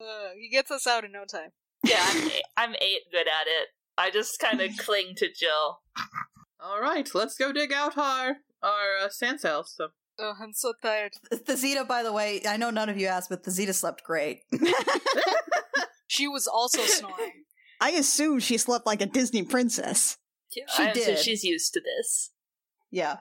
[SPEAKER 6] Uh, he gets us out in no time.
[SPEAKER 1] [LAUGHS] Yeah, I'm eight, I'm eight good at it. I just kind of cling to Jill.
[SPEAKER 7] [LAUGHS] All right, let's go dig out our our uh, sand cells. So
[SPEAKER 6] Oh, I'm so tired.
[SPEAKER 3] The Zeta, by the way, I know none of you asked, but the Zeta slept great.
[SPEAKER 6] She was also snoring.
[SPEAKER 5] I assume she slept like a Disney princess.
[SPEAKER 1] She
[SPEAKER 3] She did.
[SPEAKER 1] she's used to this.
[SPEAKER 3] Yeah.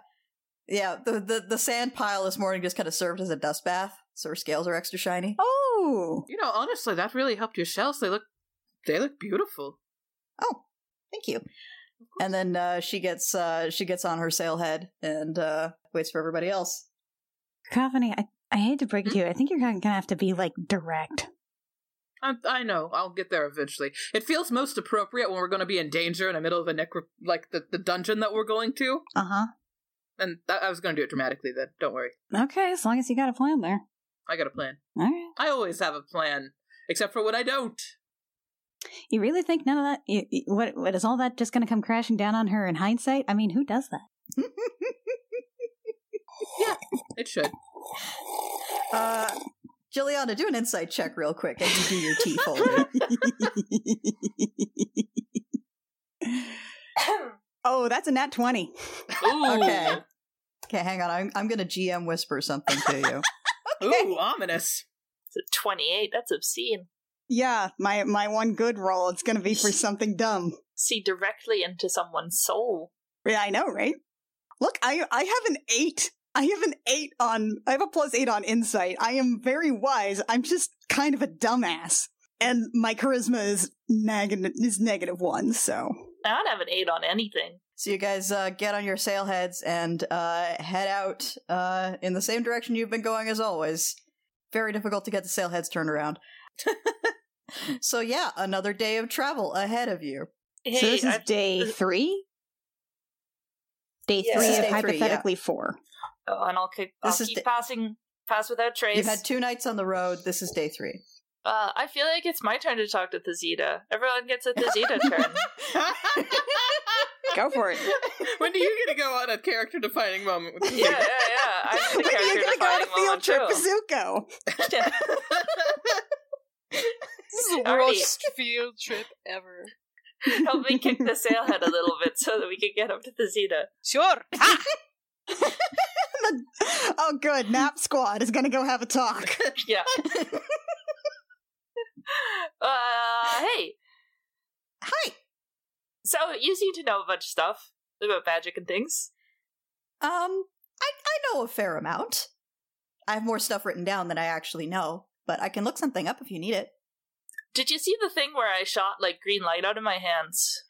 [SPEAKER 3] Yeah, the, the the sand pile this morning just kind of served as a dust bath, so her scales are extra shiny.
[SPEAKER 5] Oh,
[SPEAKER 7] you know, honestly, that really helped your shells. They look they look beautiful.
[SPEAKER 3] Oh, thank you. And then uh, she gets uh, she gets on her sail head and uh, waits for everybody else.
[SPEAKER 8] Cacophony, I, I hate to
[SPEAKER 5] Hmm?
[SPEAKER 8] break it to you. I think you're gonna gonna have to be like direct.
[SPEAKER 7] I, I know. I'll get there eventually. It feels most appropriate when we're going to be in danger in the middle of a necro like the, the dungeon that we're going to.
[SPEAKER 5] uh huh.
[SPEAKER 7] And that, I was going to do it dramatically. Then don't worry,
[SPEAKER 8] Okay, as long as you got a plan there.
[SPEAKER 7] I got a plan.
[SPEAKER 8] All right.
[SPEAKER 7] I always have a plan, except for when I don't.
[SPEAKER 8] You really think none of that? You, you- what, what is all that just gonna come crashing down on her in hindsight? I mean, who does that?
[SPEAKER 7] It should.
[SPEAKER 8] [LAUGHS]
[SPEAKER 3] Uh, Juliana, do an insight check real quick as you do your tea
[SPEAKER 5] [LAUGHS]
[SPEAKER 3] folding.
[SPEAKER 5] [LAUGHS] oh, that's a nat 20.
[SPEAKER 7] Ooh,
[SPEAKER 3] okay. Okay, hang on. I'm I'm gonna GM whisper something to you.
[SPEAKER 7] ooh, ominous. [LAUGHS]
[SPEAKER 1] It's a 28. That's obscene.
[SPEAKER 5] Yeah, my, my one good roll, it's gonna be for something dumb.
[SPEAKER 1] See directly into someone's soul.
[SPEAKER 5] Yeah, I know, right? Look, I I have an eight. I have an eight on. I have a plus eight on insight. I am very wise. I'm just kind of a dumbass, and my charisma is negative is negative one. So
[SPEAKER 1] I don't have an 8 on anything.
[SPEAKER 3] So you guys uh, get on your sail heads and uh, head out uh, in the same direction you've been going as always. Very difficult to get the sail heads turned around. [LAUGHS] so yeah, another day of travel ahead of you.
[SPEAKER 1] Hey,
[SPEAKER 5] so this is
[SPEAKER 1] I-
[SPEAKER 5] day three. Day
[SPEAKER 1] Yeah.
[SPEAKER 5] three
[SPEAKER 1] This
[SPEAKER 5] of
[SPEAKER 1] is
[SPEAKER 3] day three, yeah.
[SPEAKER 5] hypothetically four.
[SPEAKER 1] oh, and I'll, keep, I'll
[SPEAKER 3] This is
[SPEAKER 1] keep
[SPEAKER 3] the-
[SPEAKER 1] passing pass without trace.
[SPEAKER 3] You've had two nights on the road. This is day three.
[SPEAKER 1] uh, I feel like it's my turn to talk to Thazita. Everyone gets
[SPEAKER 5] [LAUGHS]
[SPEAKER 1] a Thazita turn.
[SPEAKER 5] Go [LAUGHS] for it.
[SPEAKER 7] when do you get to go on a character defining moment? With
[SPEAKER 1] Yeah, yeah, yeah. I'm the
[SPEAKER 5] Maybe [LAUGHS] you're
[SPEAKER 1] character
[SPEAKER 5] gonna go on a
[SPEAKER 1] defining
[SPEAKER 5] field
[SPEAKER 1] moment,
[SPEAKER 5] trip
[SPEAKER 1] too.
[SPEAKER 5] to [LAUGHS] Zuko.
[SPEAKER 6] This is the
[SPEAKER 1] Already-
[SPEAKER 6] worst field trip ever.
[SPEAKER 1] Help me kick the sailhead a little bit so that we can get up to the Zeta.
[SPEAKER 6] Sure.
[SPEAKER 5] oh, good. Nap Squad is gonna go have a talk.
[SPEAKER 1] Yeah.
[SPEAKER 5] [LAUGHS]
[SPEAKER 1] uh, hey,
[SPEAKER 3] Hi.
[SPEAKER 1] so you seem to know a bunch of stuff about magic and things.
[SPEAKER 3] Um, I I know a fair amount. I have more stuff written down than I actually know, but I can look something up if you need it.
[SPEAKER 1] Did you see the thing where I shot like green light out of my hands?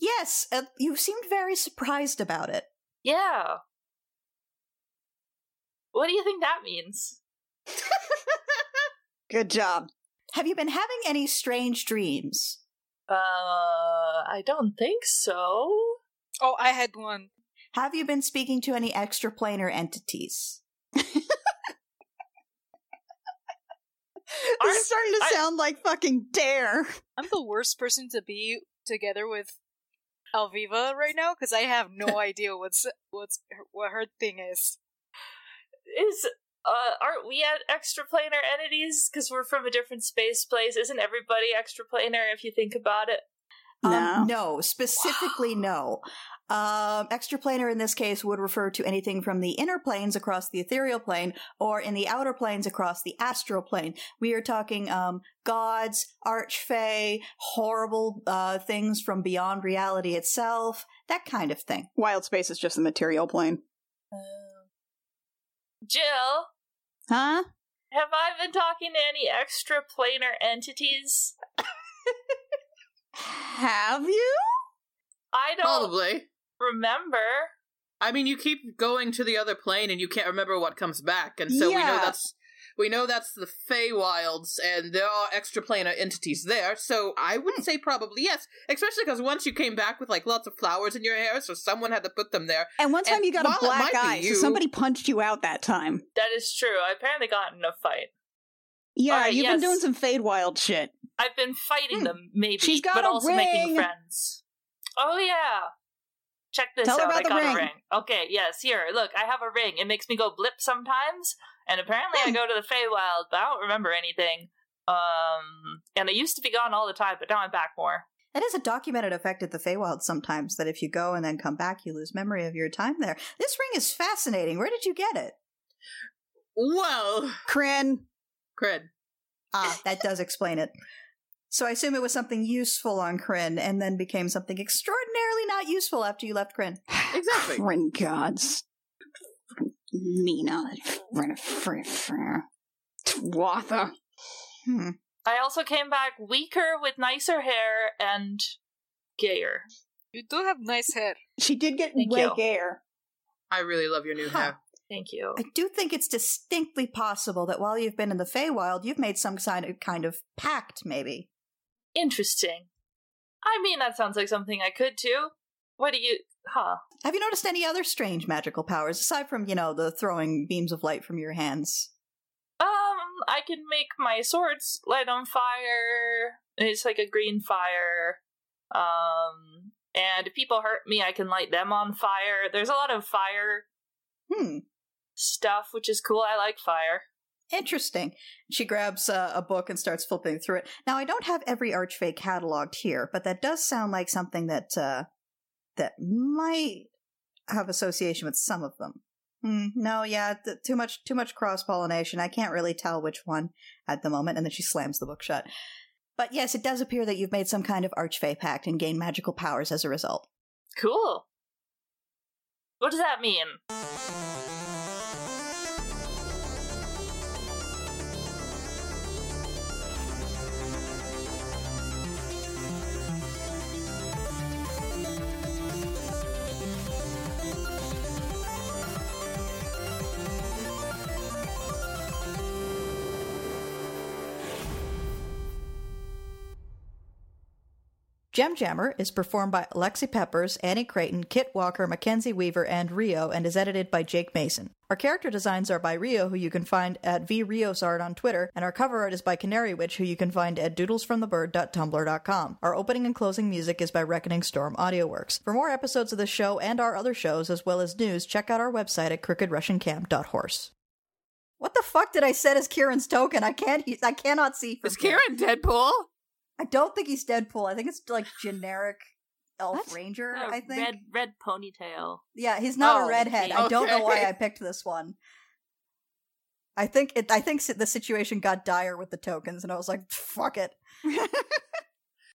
[SPEAKER 3] Yes, uh, you seemed very surprised about it.
[SPEAKER 1] Yeah. What do you think that means?
[SPEAKER 5] Good job.
[SPEAKER 3] Have you been having any strange dreams?
[SPEAKER 1] Uh, I don't think so.
[SPEAKER 6] Oh, I had one.
[SPEAKER 3] Have you been speaking to any extraplanar entities?
[SPEAKER 5] This is starting to
[SPEAKER 1] I-
[SPEAKER 5] sound like fucking dare.
[SPEAKER 6] I'm the worst person to be together with Alviva right now because I have no idea what's what's her, what her thing is.
[SPEAKER 1] is uh, aren't we at extraplanar entities because we're from a different space place isn't everybody extraplanar if you think about it
[SPEAKER 5] no.
[SPEAKER 3] Um, no,
[SPEAKER 5] [GASPS]
[SPEAKER 3] specifically no. Um, extraplanar in this case would refer to anything from the inner planes across the ethereal plane or in the outer planes across the astral plane. We are talking um, gods, archfey, horrible uh, things from beyond reality itself, that kind of thing.
[SPEAKER 5] Wild space is just the material plane.
[SPEAKER 1] jill
[SPEAKER 5] Huh?
[SPEAKER 1] have i been talking to any extraplanar entities
[SPEAKER 5] Have you?
[SPEAKER 1] i don't
[SPEAKER 7] Probably.
[SPEAKER 1] remember
[SPEAKER 7] I mean, you keep going to the other plane and you can't remember what comes back, and so we know
[SPEAKER 5] Yeah.
[SPEAKER 7] that's we know that's the Feywilds, and there are extraplanar entities there. So I would say probably yes, especially because once you came back with like lots of flowers in your hair, so someone had to put them there.
[SPEAKER 5] And one time
[SPEAKER 7] And
[SPEAKER 5] you got a
[SPEAKER 7] while it
[SPEAKER 5] black
[SPEAKER 7] might be
[SPEAKER 5] eye, so
[SPEAKER 7] you-
[SPEAKER 5] somebody punched you out that time.
[SPEAKER 1] that is true i apparently got in a fight
[SPEAKER 5] Yeah,
[SPEAKER 1] Alright,
[SPEAKER 5] you've
[SPEAKER 1] yes.
[SPEAKER 5] been doing some fade wild shit.
[SPEAKER 1] i've been fighting
[SPEAKER 5] Hmm.
[SPEAKER 1] them maybe
[SPEAKER 5] She's got
[SPEAKER 1] but
[SPEAKER 5] a
[SPEAKER 1] also
[SPEAKER 5] ring.
[SPEAKER 1] making friends oh yeah check this
[SPEAKER 5] Tell her
[SPEAKER 1] out
[SPEAKER 5] about
[SPEAKER 1] i
[SPEAKER 5] the
[SPEAKER 1] got
[SPEAKER 5] ring.
[SPEAKER 1] a ring okay yes here look i have a ring it makes me go blip sometimes and apparently
[SPEAKER 5] Hmm.
[SPEAKER 1] i go to the Feywild, but i don't remember anything um and i used to be gone all the time but now i'm back more
[SPEAKER 3] That is a documented effect at the Feywild sometimes that if you go and then come back, you lose memory of your time there. This ring is fascinating. Where did you get it?
[SPEAKER 7] Well,
[SPEAKER 5] Kryn,
[SPEAKER 7] cred.
[SPEAKER 3] [LAUGHS]
[SPEAKER 5] uh,
[SPEAKER 3] Ah, that does explain it. So I assume it was something useful on Kryn and then became something extraordinarily not useful after you left Kryn.
[SPEAKER 7] Exactly.
[SPEAKER 5] [LAUGHS] Kryn gods. Nina. Fr- fr- fr- Twatha.
[SPEAKER 3] Hmm.
[SPEAKER 1] i also came back weaker with nicer hair and gayer
[SPEAKER 6] You do have nice hair.
[SPEAKER 5] She did get
[SPEAKER 1] Thank
[SPEAKER 5] way
[SPEAKER 1] you.
[SPEAKER 5] gayer.
[SPEAKER 7] I really love your new
[SPEAKER 3] Huh.
[SPEAKER 7] hair.
[SPEAKER 1] thank you
[SPEAKER 3] I do think it's distinctly possible that while you've been in the Feywild, you've made some si- kind of pact, maybe.
[SPEAKER 1] interesting i mean that sounds like something i could too what do you huh
[SPEAKER 3] Have you noticed any other strange magical powers aside from, you know, the throwing beams of light from your hands?
[SPEAKER 1] Um, I can make my swords light on fire. It's like a green fire. Um, and if people hurt me, I can light them on fire. There's a lot of fire
[SPEAKER 3] Hmm.
[SPEAKER 1] stuff, which is cool. I like fire.
[SPEAKER 3] Interesting. She grabs uh, a book and starts flipping through it. Now, I don't have every Archfey cataloged here, but that does sound like something that uh, that might have association with some of them. Hmm, no, yeah, th- too much too much cross pollination. I can't really tell which one at the moment. And then she slams the book shut. But yes, it does appear that you've made some kind of Archfey pact and gained magical powers as a result.
[SPEAKER 1] Cool. What does that mean?
[SPEAKER 3] Gem Jammer is performed by Alexi Peppers, Annie Creighton, Kit Walker, Mackenzie Weaver, and Rio, and is edited by Jake Mason. Our character designs are by Rio, who you can find at vriosart on Twitter, and our cover art is by Canary Witch, who you can find at doodlesfromthebird.tumblr.com. Our opening and closing music is by Reckoning Storm AudioWorks. For more episodes of this show and our other shows, as well as news, check out our website at crookedrussiancamp.horse. What the fuck did I set as Kieran's token? I can't. I cannot see. from
[SPEAKER 7] Is
[SPEAKER 3] here.
[SPEAKER 7] Kieran Deadpool?
[SPEAKER 3] I don't think he's Deadpool. I think it's like generic elf
[SPEAKER 8] What?
[SPEAKER 3] ranger.
[SPEAKER 1] Oh,
[SPEAKER 3] I think.
[SPEAKER 1] red red ponytail.
[SPEAKER 3] Yeah, he's not
[SPEAKER 1] Oh,
[SPEAKER 3] a redhead. I don't know why I picked this one. I think it. I think si- the situation got dire with the tokens, and I was like, "Fuck it."